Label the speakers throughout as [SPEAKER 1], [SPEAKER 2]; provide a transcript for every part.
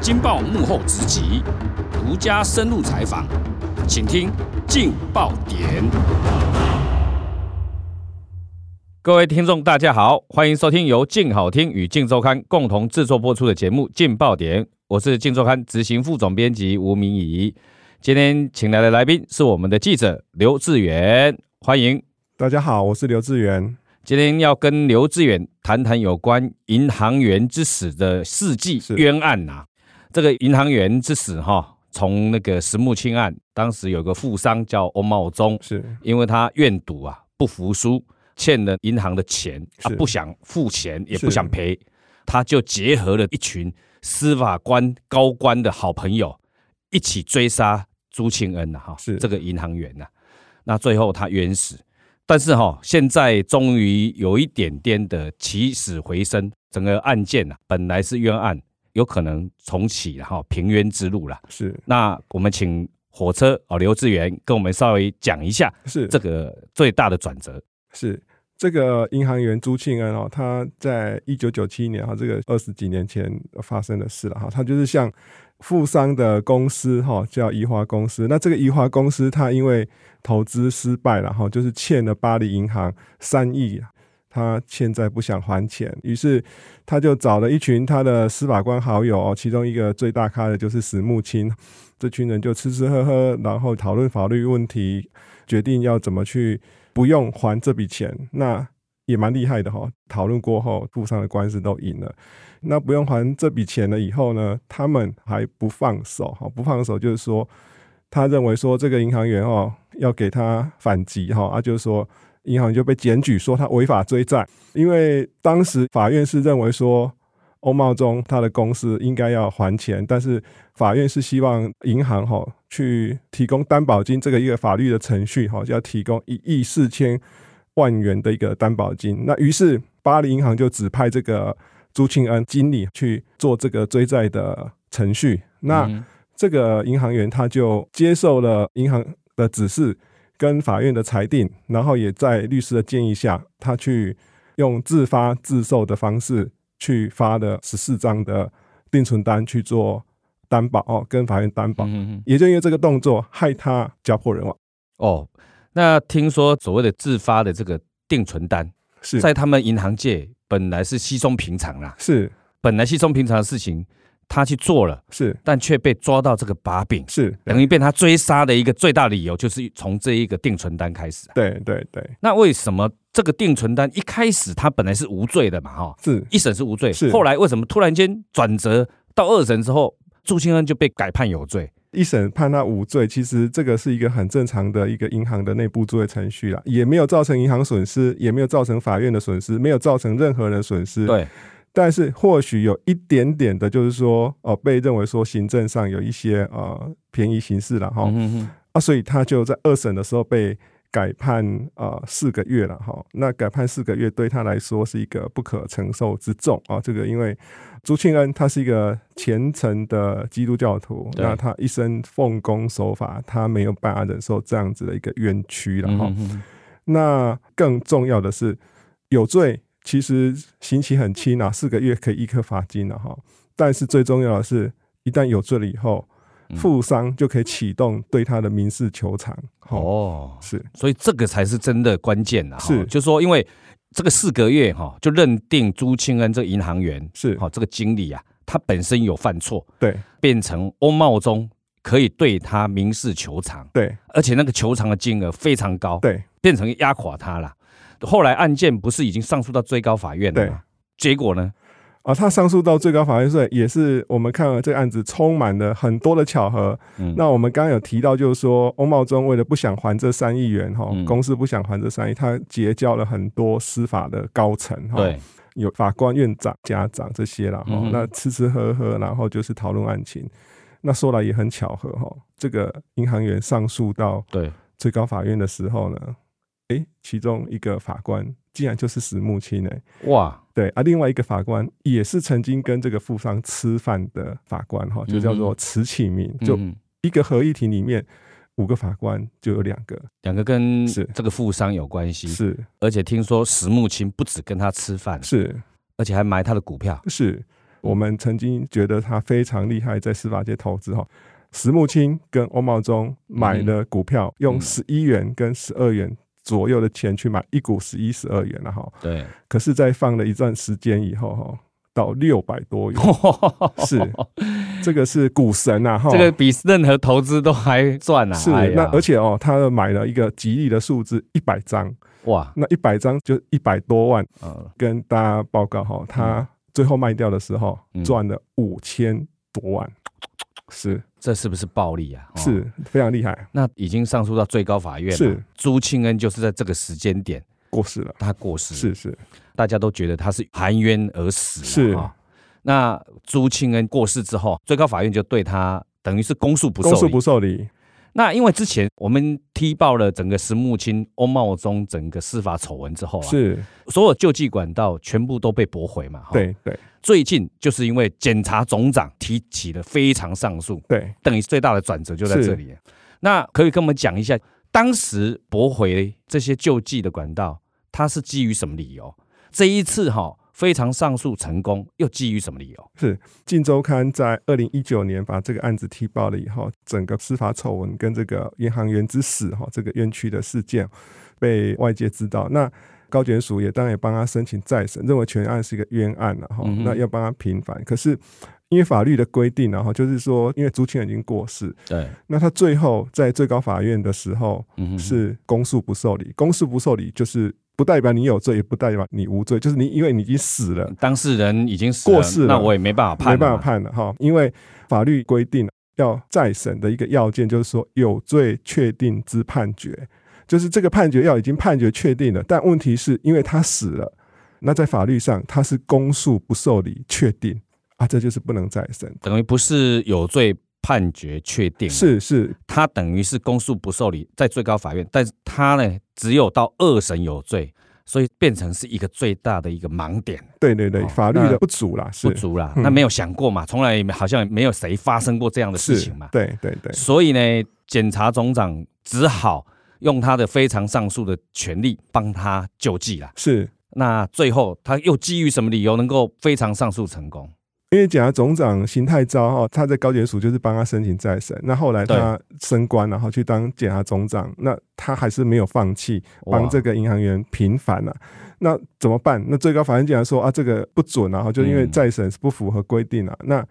[SPEAKER 1] 劲爆幕后直击，独家深入采访，请听《劲爆点》。
[SPEAKER 2] 各位听众，大家好，欢迎收听由静好听与静周刊共同制作播出的节目《劲爆点》，我是静周刊执行副总编辑吴明仪。今天请来的来宾是我们的记者刘志远，欢迎。
[SPEAKER 3] 大家好，我是刘志远。
[SPEAKER 2] 今天要跟刘志远谈谈有关银行员之死的世纪
[SPEAKER 3] 是
[SPEAKER 2] 冤案呐、这个银行员之死哈，从那个石木清案，当时有个富商叫欧茂忠，
[SPEAKER 3] 是
[SPEAKER 2] 因为他愿赌啊，不服输，欠了银行的钱啊
[SPEAKER 3] 是，
[SPEAKER 2] 不想付钱，也
[SPEAKER 3] 是
[SPEAKER 2] 不想赔，他就结合了一群司法官高官的好朋友，一起追杀朱庆恩啊呐、哈，
[SPEAKER 3] 是
[SPEAKER 2] 这个银行员呐、那最后他冤死，但是哈、现在终于有一点点的起死回生，整个案件呐、本来是冤案，有可能重启了哈、平冤之路了。
[SPEAKER 3] 是
[SPEAKER 2] 那我们请火车哦，刘志远跟我们稍微讲一下
[SPEAKER 3] 是
[SPEAKER 2] 这个最大的转折。
[SPEAKER 3] 是这个银行员朱庆恩哦，他在一九九七年哈，这个二十几年前发生的事了哈，他就是像富商的公司哈，叫怡华公司。那这个怡华公司，它因为投资失败了哈，就是欠了巴黎银行三亿，啊他欠债不想还钱，于是他就找了一群他的司法官好友哦，其中一个最大咖的就是史木清，这群人就吃吃喝喝，然后讨论法律问题，决定要怎么去不用还这笔钱，那也蛮厉害的哈、讨论过后，富商的官司都赢了。那不用还这笔钱了以后呢，他们还不放手哈、不放手就是说，他认为说这个银行员哦要给他反击哈、啊，就是说银行就被检举说他违法追债，因为当时法院是认为说。欧茂忠他的公司应该要还钱，但是法院是希望银行哈、去提供担保金这个一个法律的程序哈、要提供一亿四千万元的一个担保金。那于是巴黎银行就指派这个朱庆恩经理去做这个追债的程序。那、
[SPEAKER 2] 嗯
[SPEAKER 3] 这个银行员他就接受了银行的指示跟法院的裁定，然后也在律师的建议下，他去用自发自售的方式去发了十四张的定存单去做担保哦，跟法院担保。
[SPEAKER 2] 嗯嗯
[SPEAKER 3] 也就因为这个动作，害他家破人亡。
[SPEAKER 2] 哦，那听说所谓的自发的这个定存单，
[SPEAKER 3] 是
[SPEAKER 2] 在他们银行界本来是稀松平常啦，
[SPEAKER 3] 是
[SPEAKER 2] 本来稀松平常的事情，他去做了，
[SPEAKER 3] 是
[SPEAKER 2] 但却被抓到这个把柄，
[SPEAKER 3] 是，
[SPEAKER 2] 等于被他追杀的一个最大理由就是从这一个定存单开始啊、
[SPEAKER 3] 对对对，
[SPEAKER 2] 那为什么这个定存单一开始他本来是无罪的嘛？哈，
[SPEAKER 3] 是
[SPEAKER 2] 一审是无罪，
[SPEAKER 3] 是
[SPEAKER 2] 后来为什么突然间转折到二审之后，朱清恩就被改判有罪？
[SPEAKER 3] 一审判他无罪，其实这个是一个很正常的一个银行的内部作业程序啦，也没有造成银行损失，也没有造成法院的损失，没有造成任何人损失。，
[SPEAKER 2] 对，
[SPEAKER 3] 但是或许有一点点的，就是说，哦、被认为说行政上有一些呃便宜行事了哈、
[SPEAKER 2] 嗯哼哼
[SPEAKER 3] 啊，所以他就在二审的时候被改判呃四个月了哈。那改判四个月对他来说是一个不可承受之重啊。这个因为朱庆恩他是一个虔诚的基督教徒，
[SPEAKER 2] 对
[SPEAKER 3] 那他一生奉公守法，他没有办法忍受这样子的一个冤屈了
[SPEAKER 2] 嗯
[SPEAKER 3] 哈。
[SPEAKER 2] 哼哼
[SPEAKER 3] 那更重要的是，有罪其实刑期很轻啊，四个月可以一颗罚金了、啊哈。但是最重要的是，一旦有罪了以后，
[SPEAKER 2] 嗯
[SPEAKER 3] 富商就可以启动对他的民事求偿。哦，
[SPEAKER 2] 哦，
[SPEAKER 3] 是
[SPEAKER 2] 所以这个才是真的关键啊呐。哈
[SPEAKER 3] 是
[SPEAKER 2] 就说因为这个四个月哈，就认定朱清恩这个银行员
[SPEAKER 3] 是，
[SPEAKER 2] 好这个经理啊，他本身有犯错，
[SPEAKER 3] 对
[SPEAKER 2] 变成欧茂忠可以对他民事求偿，
[SPEAKER 3] 对
[SPEAKER 2] 而且那个求偿的金额非常高，
[SPEAKER 3] 对
[SPEAKER 2] 变成压垮他了。后来案件不是已经上诉到最高法院了吗？结果呢？
[SPEAKER 3] 啊，他上诉到最高法院，所以也是我们看了这个案子充满了很多的巧合。
[SPEAKER 2] 嗯
[SPEAKER 3] 那我们刚刚有提到，就是说欧茂忠为了不想还这三亿元哈，
[SPEAKER 2] 嗯
[SPEAKER 3] 公司不想还这三亿，他结交了很多司法的高层哈。
[SPEAKER 2] 对，
[SPEAKER 3] 有法官、院长、家长这些啦，哈、
[SPEAKER 2] 嗯哼
[SPEAKER 3] 那吃吃喝喝，然后就是讨论案情。那说来也很巧合哈，这个银行员上诉到
[SPEAKER 2] 对，
[SPEAKER 3] 最高法院的时候呢，诶，其中一个法官竟然就是石木清诶，
[SPEAKER 2] 哇，
[SPEAKER 3] 对啊，另外一个法官也是曾经跟这个富商吃饭的法官哈，就叫做池启明，就
[SPEAKER 2] 嗯
[SPEAKER 3] 一个合议庭里面五个法官就有两个
[SPEAKER 2] 两个跟
[SPEAKER 3] 是
[SPEAKER 2] 这个富商有关系，
[SPEAKER 3] 是
[SPEAKER 2] 而且听说石木清不止跟他吃饭，
[SPEAKER 3] 是
[SPEAKER 2] 而且还买他的股票。
[SPEAKER 3] 是，我们曾经觉得他非常厉害，在司法界投资哈。石木清跟欧茂忠买了股
[SPEAKER 2] 嗯
[SPEAKER 3] 票，用十一元跟十二元左右的钱去买一股十一、十二元了哈。
[SPEAKER 2] 对，
[SPEAKER 3] 可是，在放了一段时间以后哈，到六百 多元，是这个是股神呐、啊、哈。
[SPEAKER 2] 这个比任何投资都还赚啊！
[SPEAKER 3] 是
[SPEAKER 2] 哎呀
[SPEAKER 3] 那而且哦，他买了一个吉利的数字一百张，
[SPEAKER 2] 哇，
[SPEAKER 3] 那一百张就一百多万。
[SPEAKER 2] 呃
[SPEAKER 3] 跟大家报告哈，他最后卖掉的时候
[SPEAKER 2] 嗯
[SPEAKER 3] 赚了五千多万，是
[SPEAKER 2] 这是不是暴利啊？哦
[SPEAKER 3] 是非常厉害，
[SPEAKER 2] 那已经上诉到最高法院了。
[SPEAKER 3] 是
[SPEAKER 2] 朱庆恩就是在这个时间点
[SPEAKER 3] 过世了，
[SPEAKER 2] 他过世，
[SPEAKER 3] 是是
[SPEAKER 2] 大家都觉得他是含冤而死啊。
[SPEAKER 3] 是
[SPEAKER 2] 哈那朱庆恩过世之后，最高法院就对他等于是公诉不受
[SPEAKER 3] 公诉
[SPEAKER 2] 理。
[SPEAKER 3] 不受理，
[SPEAKER 2] 那因为之前我们踢爆了整个石木清、欧茂忠整个司法丑闻之后啊，
[SPEAKER 3] 是
[SPEAKER 2] 所有救济管道全部都被驳回嘛。哈。哦
[SPEAKER 3] 对对
[SPEAKER 2] 最近就是因为检察总长提起了非常上诉，
[SPEAKER 3] 对，
[SPEAKER 2] 等于最大的转折就在这里。那可以跟我们讲一下，当时驳回这些救济的管道，它是基于什么理由？这一次哈、非常上诉成功，又基于什么理由？
[SPEAKER 3] 是《镜周刊》在二零一九年把这个案子踢爆了以后，整个司法丑闻跟这个银行员之死哈这个冤屈的事件被外界知道，那高检署也当然也帮他申请再审，认为全案是一个冤案了哈
[SPEAKER 2] 嗯，哼
[SPEAKER 3] 那要帮他平反，可是。因为法律的规定啊，哈，就是说，因为朱庆已经过世，
[SPEAKER 2] 对，
[SPEAKER 3] 那他最后在最高法院的时候
[SPEAKER 2] 嗯哼，
[SPEAKER 3] 是公诉不受理，公诉不受理就是不代表你有罪，也不代表你无罪，就是你因为你已经死了，
[SPEAKER 2] 当事人已经死了
[SPEAKER 3] 过世了
[SPEAKER 2] 那我也没办法判，
[SPEAKER 3] 没办法。判了哈，因为法律规定要再审的一个要件就是说有罪确定之判决，就是这个判决要已经判决确定了，但问题是因为他死了，那在法律上他是公诉不受理确定啊，这就是不能再审。
[SPEAKER 2] 等于不是有罪判决确定，
[SPEAKER 3] 是是，
[SPEAKER 2] 他等于是公诉不受理，在最高法院，但是他呢只有到二审有罪，所以变成是一个最大的一个盲点。
[SPEAKER 3] 对对对，
[SPEAKER 2] 哦
[SPEAKER 3] 法律
[SPEAKER 2] 那
[SPEAKER 3] 的不足啦，是
[SPEAKER 2] 不足啦。那没有想过嘛，从来也没好像没有谁发生过这样的事
[SPEAKER 3] 是
[SPEAKER 2] 情嘛，。
[SPEAKER 3] 对对对，
[SPEAKER 2] 所以呢，检察总长只好用他的非常上诉的权利帮他救济啦。
[SPEAKER 3] 是。
[SPEAKER 2] 那最后他又基于什么理由能够非常上诉成功？
[SPEAKER 3] 因为检察总长邢太昭哈，他在高检署就是帮他申请再审，那后来他升官，然后去当检察总长，那他还是没有放弃
[SPEAKER 2] 哇
[SPEAKER 3] 帮这个银行员平反啊。那怎么办？那最高法院竟然说啊，这个不准啊，就因为
[SPEAKER 2] 嗯
[SPEAKER 3] 再审是不符合规定啊。那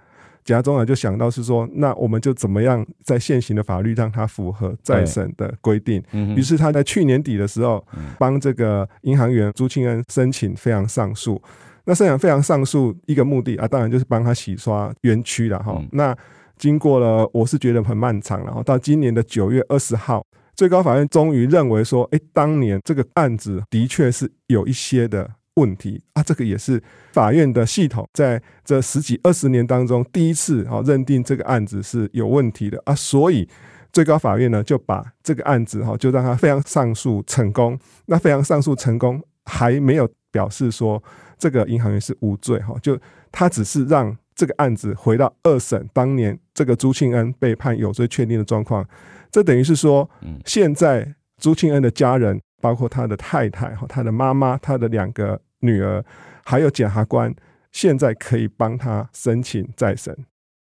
[SPEAKER 3] 检察总长啊就想到是说，那我们就怎么样在现行的法律让它符合再审的规定。
[SPEAKER 2] 嗯
[SPEAKER 3] 于，是他在去年底的时候
[SPEAKER 2] 嗯，
[SPEAKER 3] 帮这个银行员朱庆恩申请非常上诉。那申请非常上诉一个目的啊，当然就是帮他洗刷冤屈了哈。
[SPEAKER 2] 嗯
[SPEAKER 3] 那经过了，我是觉得很漫长了哈。到今年的九月二十号，最高法院终于认为说，哎，当年这个案子的确是有一些的问题啊，这个也是法院的系统在这十几二十年当中第一次啊、哦、认定这个案子是有问题的啊，所以最高法院呢就把这个案子哈、哦、就让它非常上诉成功，那非常上诉成功还没有表示说这个银行员是无罪哈、哦，就他只是让。这个案子回到二审，当年这个朱庆恩被判有罪确定的状况，这等于是说
[SPEAKER 2] 嗯，
[SPEAKER 3] 现在朱庆恩的家人，包括他的太太、哈，他的妈妈、他的两个女儿，还有检察官，现在可以帮他申请再审，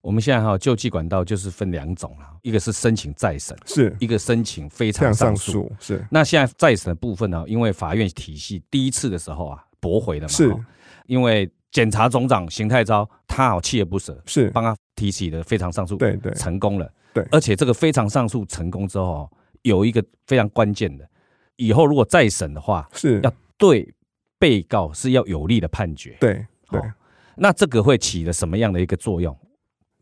[SPEAKER 2] 我们现在哈、救济管道就是分两种啦，一个是申请再审，
[SPEAKER 3] 是
[SPEAKER 2] 一个申请非
[SPEAKER 3] 这
[SPEAKER 2] 常
[SPEAKER 3] 样
[SPEAKER 2] 上
[SPEAKER 3] 上
[SPEAKER 2] 诉。
[SPEAKER 3] 诉，是
[SPEAKER 2] 那现在再审的部分呢、因为法院体系第一次的时候啊驳回了嘛，
[SPEAKER 3] 是
[SPEAKER 2] 哦因为检察总长邢太昭他好锲而不舍，
[SPEAKER 3] 是，
[SPEAKER 2] 帮他提起的非常上诉，
[SPEAKER 3] 对对
[SPEAKER 2] 成功了。
[SPEAKER 3] 对
[SPEAKER 2] 而且这个非常上诉成功之后哦，有一个非常关键的，以后如果再审的话，
[SPEAKER 3] 是
[SPEAKER 2] 要，对被告是要有利的判决。
[SPEAKER 3] 对对。
[SPEAKER 2] 哦那这个会起了什么样的一个作用？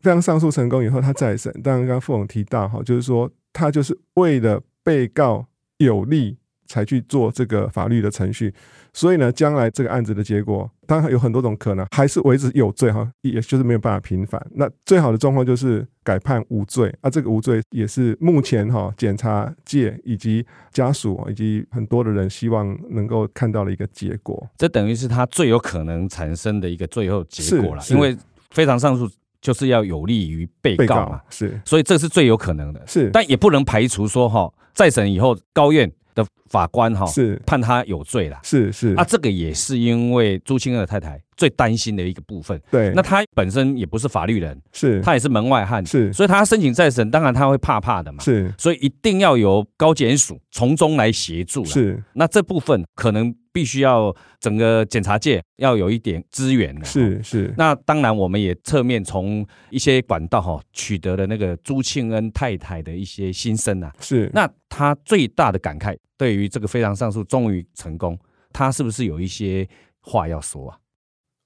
[SPEAKER 3] 非常上诉成功以后，他再审。当然，刚刚傅勇提到哈，就是说他就是为了被告有利才去做这个法律的程序，所以呢，将来这个案子的结果，当然有很多种可能，还是为之有罪哈，也就是没有办法平反。那最好的状况就是改判无罪啊，这个无罪也是目前哈检察界以及家属以及很多的人希望能够看到的一个结果。
[SPEAKER 2] 这等于是他最有可能产生的一个最后结果了，
[SPEAKER 3] 是是
[SPEAKER 2] 因为非常上诉就是要有利于被
[SPEAKER 3] 被
[SPEAKER 2] 告嘛，
[SPEAKER 3] 告是
[SPEAKER 2] 所以这是最有可能的。
[SPEAKER 3] 是
[SPEAKER 2] 但也不能排除说哈、再审以后高院的法官哈、
[SPEAKER 3] 是
[SPEAKER 2] 判他有罪啦。
[SPEAKER 3] 是是
[SPEAKER 2] 啊，这个也是因为朱清恩的太太最担心的一个部分。
[SPEAKER 3] 对，
[SPEAKER 2] 那他本身也不是法律人，
[SPEAKER 3] 是
[SPEAKER 2] 他也是门外汉，
[SPEAKER 3] 是
[SPEAKER 2] 所以他申请再审，当然他会怕怕的嘛。
[SPEAKER 3] 是
[SPEAKER 2] 所以一定要由高检署从中来协助啦。
[SPEAKER 3] 是
[SPEAKER 2] 那这部分可能必须要整个检察界要有一点资源的。
[SPEAKER 3] 是是，
[SPEAKER 2] 那当然，我们也侧面从一些管道哈、取得了那个朱庆恩太太的一些心声啊。
[SPEAKER 3] 是
[SPEAKER 2] 那她最大的感慨，对于这个非常上诉终于成功，她是不是有一些话要说啊？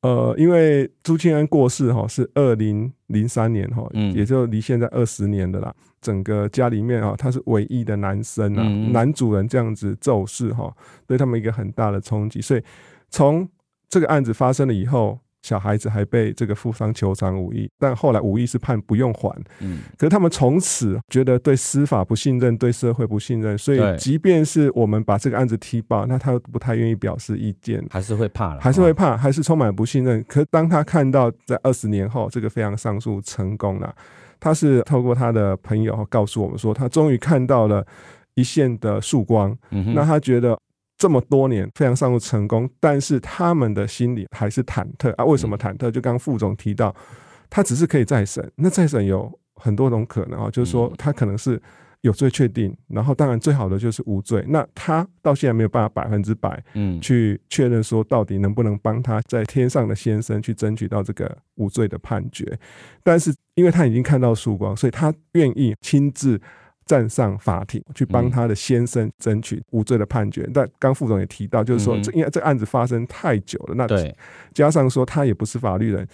[SPEAKER 3] 呃，因为朱庆安过世哈、是二零零三年哈、
[SPEAKER 2] 嗯
[SPEAKER 3] 也就离现在二十年的啦。整个家里面啊、他是唯一的男生啊，
[SPEAKER 2] 嗯嗯
[SPEAKER 3] 男主人这样子骤逝哈，对他们一个很大的冲击。所以从这个案子发生了以后，小孩子还被这个富商求偿五亿，但后来五亿是判不用还，
[SPEAKER 2] 嗯，
[SPEAKER 3] 可是他们从此觉得对司法不信任，对社会不信任，所以
[SPEAKER 2] 对
[SPEAKER 3] 即便是我们把这个案子踢爆，那他不太愿意表示意见，
[SPEAKER 2] 还是会怕了，
[SPEAKER 3] 还是会
[SPEAKER 2] 哦
[SPEAKER 3] 怕，还是充满不信任。可当他看到在二十年后这个非常上诉成功了，他是透过他的朋友哦告诉我们说，他终于看到了一线的曙光。
[SPEAKER 2] 嗯哼
[SPEAKER 3] 那他觉得这么多年非常上路成功，但是他们的心里还是忐忑啊。为什么
[SPEAKER 2] 嗯
[SPEAKER 3] 忐忑？就刚刚副总提到，他只是可以再审，那再审有很多种可能啊，就是说
[SPEAKER 2] 嗯
[SPEAKER 3] 他可能是。有罪确定，然后当然最好的就是无罪。那他到现在没有办法百分之百
[SPEAKER 2] 嗯
[SPEAKER 3] 去确认说到底能不能帮他在天上的先生去争取到这个无罪的判决。但是因为他已经看到曙光，所以他愿意亲自站上法庭去
[SPEAKER 2] 嗯
[SPEAKER 3] 帮他的先生争取无罪的判决。但刚副总也提到，就是
[SPEAKER 2] 嗯
[SPEAKER 3] 说
[SPEAKER 2] 哼
[SPEAKER 3] 这因为这案子发生太久了，那
[SPEAKER 2] 对
[SPEAKER 3] 加上说他也不是法律人，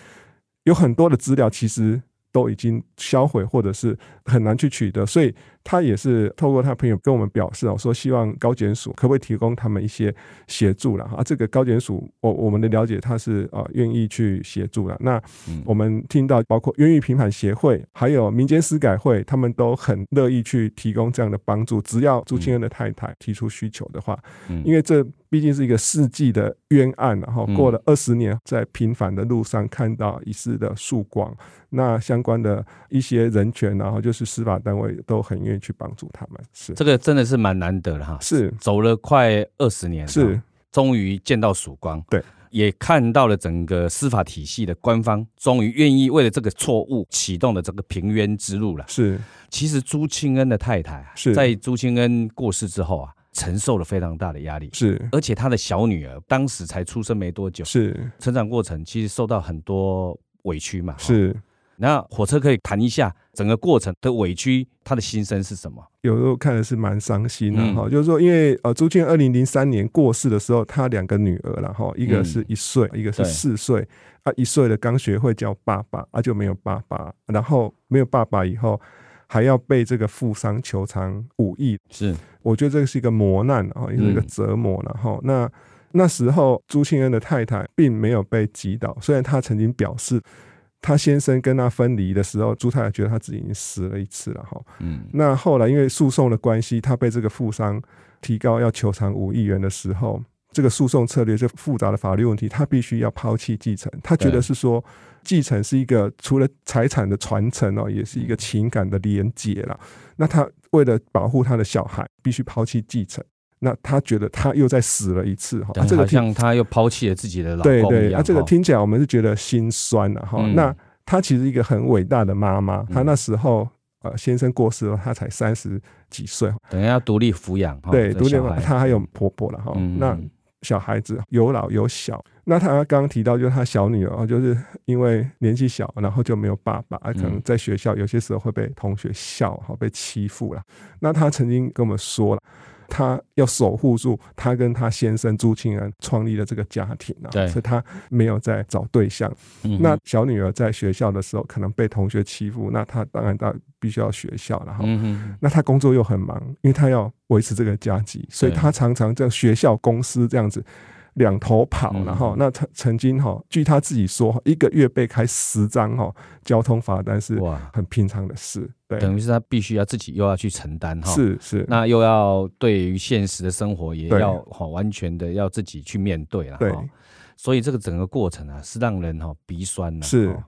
[SPEAKER 3] 有很多的资料其实都已经销毁或者是很难去取得，所以他也是透过他朋友跟我们表示哦，说希望高检署可不可以提供他们一些协助了啊？这个高检署，我我们的了解他是啊愿意去协助了。那
[SPEAKER 2] 嗯
[SPEAKER 3] 我们听到包括冤狱平反协会，还有民间司改会，他们都很乐意去提供这样的帮助，只要朱清恩的太太提出需求的话，
[SPEAKER 2] 嗯
[SPEAKER 3] 因为这毕竟是一个世纪的冤案，然后
[SPEAKER 2] 嗯
[SPEAKER 3] 过了二十年，在平凡的路上看到一丝的曙光，那相关的一些人权，然后就是司法单位都很愿意去帮助他们，是
[SPEAKER 2] 这个真的是蛮难得的哈，
[SPEAKER 3] 是
[SPEAKER 2] 走了快二十年了，
[SPEAKER 3] 是
[SPEAKER 2] 终于见到曙光，
[SPEAKER 3] 对，
[SPEAKER 2] 也看到了整个司法体系的官方终于愿意为了这个错误启动了这个平冤之路了。
[SPEAKER 3] 是
[SPEAKER 2] 其实朱清恩的太太啊，
[SPEAKER 3] 是
[SPEAKER 2] 在朱清恩过世之后啊，承受了非常大的压力，
[SPEAKER 3] 是
[SPEAKER 2] 而且她的小女儿当时才出生没多久，
[SPEAKER 3] 是
[SPEAKER 2] 成长过程其实受到很多委屈嘛。哦，
[SPEAKER 3] 是，
[SPEAKER 2] 那火车可以谈一下整个过程的委屈，她的心声是什么？
[SPEAKER 3] 有时候看的是蛮伤心的
[SPEAKER 2] 嗯
[SPEAKER 3] 哈、就是说，因为呃，朱庆二零零三年过世的时候，他两个女儿了哈，一个
[SPEAKER 2] 嗯
[SPEAKER 3] 是一岁，一个是
[SPEAKER 2] 对
[SPEAKER 3] 四岁啊，一岁的刚学会叫爸爸啊，就没有爸爸，然后没有爸爸以后。还要被这个富商求偿五亿，
[SPEAKER 2] 是，
[SPEAKER 3] 我觉得这个是一个磨难啊，也是一个
[SPEAKER 2] 嗯
[SPEAKER 3] 折磨然后、那那时候朱庆恩的太太并没有被击倒，虽然她曾经表示，她先生跟她分离的时候，朱太太觉得她自己已经死了一次了哈。
[SPEAKER 2] 嗯
[SPEAKER 3] 那后来因为诉讼的关系，她被这个富商提高要求偿五亿元的时候，这个诉讼策略这复杂的法律问题，她必须要抛弃继承。她觉得
[SPEAKER 2] 对
[SPEAKER 3] 是说，继承是一个除了财产的传承哦，也是一个情感的连结啦。那她为了保护她的小孩，必须抛弃继承。那她觉得她又在死了一次哈、
[SPEAKER 2] 对
[SPEAKER 3] 啊，这个
[SPEAKER 2] 好
[SPEAKER 3] 听
[SPEAKER 2] 像她又抛弃了自己的老
[SPEAKER 3] 对
[SPEAKER 2] 公一
[SPEAKER 3] 对，
[SPEAKER 2] 样。
[SPEAKER 3] 啊，这个
[SPEAKER 2] 哦
[SPEAKER 3] 听起来我们是觉得心酸了、哈、
[SPEAKER 2] 嗯
[SPEAKER 3] 那她其实一个很伟大的妈妈，她
[SPEAKER 2] 嗯
[SPEAKER 3] 那时候呃先生过世了，她才三十几岁，
[SPEAKER 2] 等一下要独立抚养哈，
[SPEAKER 3] 对，
[SPEAKER 2] 这
[SPEAKER 3] 独立
[SPEAKER 2] 哦小
[SPEAKER 3] 嘛
[SPEAKER 2] 孩
[SPEAKER 3] 她还有婆婆了哈、
[SPEAKER 2] 嗯
[SPEAKER 3] 哦那小孩子有老有小，那她刚刚提到就是她小女儿，哦就是因为年纪小，然后就没有爸爸，啊可
[SPEAKER 2] 嗯
[SPEAKER 3] 能在学校有些时候会被同学笑哈，被欺负了。那她曾经跟我们说了。她要守护住她跟她先生朱庆安创立的这个家庭啊，
[SPEAKER 2] 对
[SPEAKER 3] 所以她没有在找对象，
[SPEAKER 2] 嗯
[SPEAKER 3] 那小女儿在学校的时候，可能被同学欺负，那她当然她必须要学校了哈。
[SPEAKER 2] 嗯哼
[SPEAKER 3] 那她工作又很忙，因为她要维持这个家计，所以
[SPEAKER 2] 对
[SPEAKER 3] 她常常在学校、公司这样子两头跑。
[SPEAKER 2] 嗯
[SPEAKER 3] 然后，那她曾经哈，据她自己说，一个月被开十张哈交通罚单是
[SPEAKER 2] 哇，
[SPEAKER 3] 很平常的事。对，
[SPEAKER 2] 等于是他必须要自己又要去承担哦哈，，
[SPEAKER 3] 是是，
[SPEAKER 2] 那又要对于现实的生活也
[SPEAKER 3] 对
[SPEAKER 2] 要哈完全的要自己去面对了
[SPEAKER 3] 对
[SPEAKER 2] 哈，所以这个整个过程啊是让人哈鼻酸呐。
[SPEAKER 3] 是
[SPEAKER 2] 哈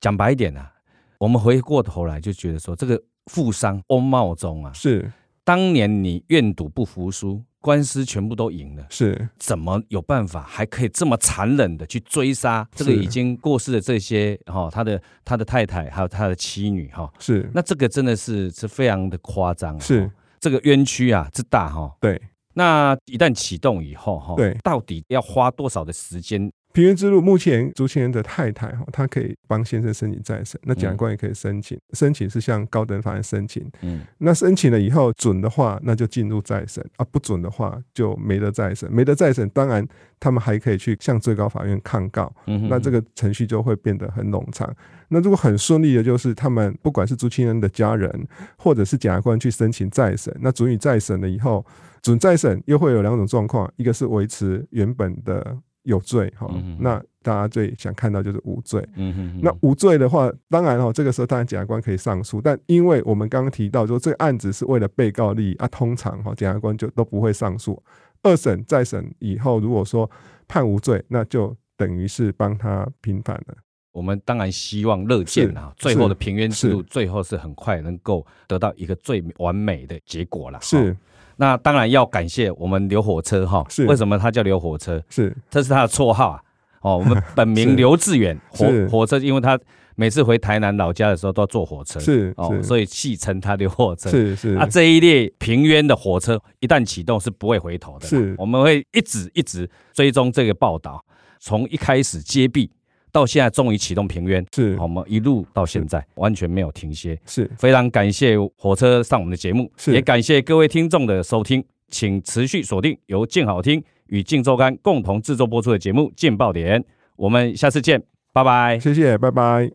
[SPEAKER 2] 讲白一点啊，我们回过头来就哦觉得说这个富商翁茂忠啊，
[SPEAKER 3] 是
[SPEAKER 2] 当年你愿赌不服输，官司全部都赢了，
[SPEAKER 3] 是
[SPEAKER 2] 怎么有办法还可以这么残忍的去追杀这个
[SPEAKER 3] 是
[SPEAKER 2] 已经过世的这些哈、他的他的太太还有他的妻女哈、
[SPEAKER 3] 是
[SPEAKER 2] 那这个真的是是非常的夸张、啊
[SPEAKER 3] 是，
[SPEAKER 2] 这个冤屈啊之大哈、
[SPEAKER 3] 对。
[SPEAKER 2] 那一旦启动以后哈、
[SPEAKER 3] 对
[SPEAKER 2] 到底要花多少的时间？
[SPEAKER 3] 平原之路目前竹签人的太太哈，她可以帮先生申请再审，那检察官也可以申请，申请是向高等法院申请。
[SPEAKER 2] 嗯，
[SPEAKER 3] 那申请了以后准的话，那就进入再审啊；不准的话就没得再审，没得再审，当然他们还可以去向最高法院抗告。
[SPEAKER 2] 嗯哼
[SPEAKER 3] 那这个程序就会变得很冗长。那如果很顺利的，就是他们不管是朱清恩的家人，或者是检察官去申请再审，那准予再审了以后，准再审又会有两种状况，一个是维持原本的有罪哈
[SPEAKER 2] 嗯哼，
[SPEAKER 3] 那大家最想看到就是无罪。
[SPEAKER 2] 嗯哼哼
[SPEAKER 3] 那无罪的话，当然哦，这个时候当然检察官可以上诉，但因为我们刚刚提到说这个案子是为了被告利益啊，通常哈、哦、检察官就都不会上诉。二审再审以后，如果说判无罪，那就等于是帮他平反了。
[SPEAKER 2] 我们当然希望乐见啊，
[SPEAKER 3] 是
[SPEAKER 2] 最后的平冤之路
[SPEAKER 3] 是
[SPEAKER 2] 最后是很快能够得到一个最完美的结果了。
[SPEAKER 3] 是
[SPEAKER 2] 哦，那当然要感谢我们刘火车哈、
[SPEAKER 3] 是
[SPEAKER 2] 为什么他叫刘火车？
[SPEAKER 3] 是
[SPEAKER 2] 这是他的绰号啊。哦，我们本名
[SPEAKER 3] 是
[SPEAKER 2] 刘志远，火
[SPEAKER 3] 是
[SPEAKER 2] 火车，因为他每次回台南老家的时候都要坐火车，
[SPEAKER 3] 是
[SPEAKER 2] 哦，
[SPEAKER 3] 是
[SPEAKER 2] 所以戏称他刘火车。
[SPEAKER 3] 是是
[SPEAKER 2] 啊，这一列平冤的火车一旦启动是不会回头的啦，
[SPEAKER 3] 是
[SPEAKER 2] 我们会一直一直追踪这个报道，从一开始揭弊到现在终于启动平冤，
[SPEAKER 3] 是
[SPEAKER 2] 我们一路到现在完全没有停歇，
[SPEAKER 3] 是
[SPEAKER 2] 非常感谢火车上我们的节目，
[SPEAKER 3] 是
[SPEAKER 2] 也感谢各位听众的收听，请持续锁定由静好听与静周刊共同制作播出的节目《劲爆点》，我们下次见，拜拜。
[SPEAKER 3] 谢谢，拜拜。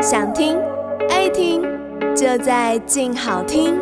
[SPEAKER 4] 想听爱听，就在静好听。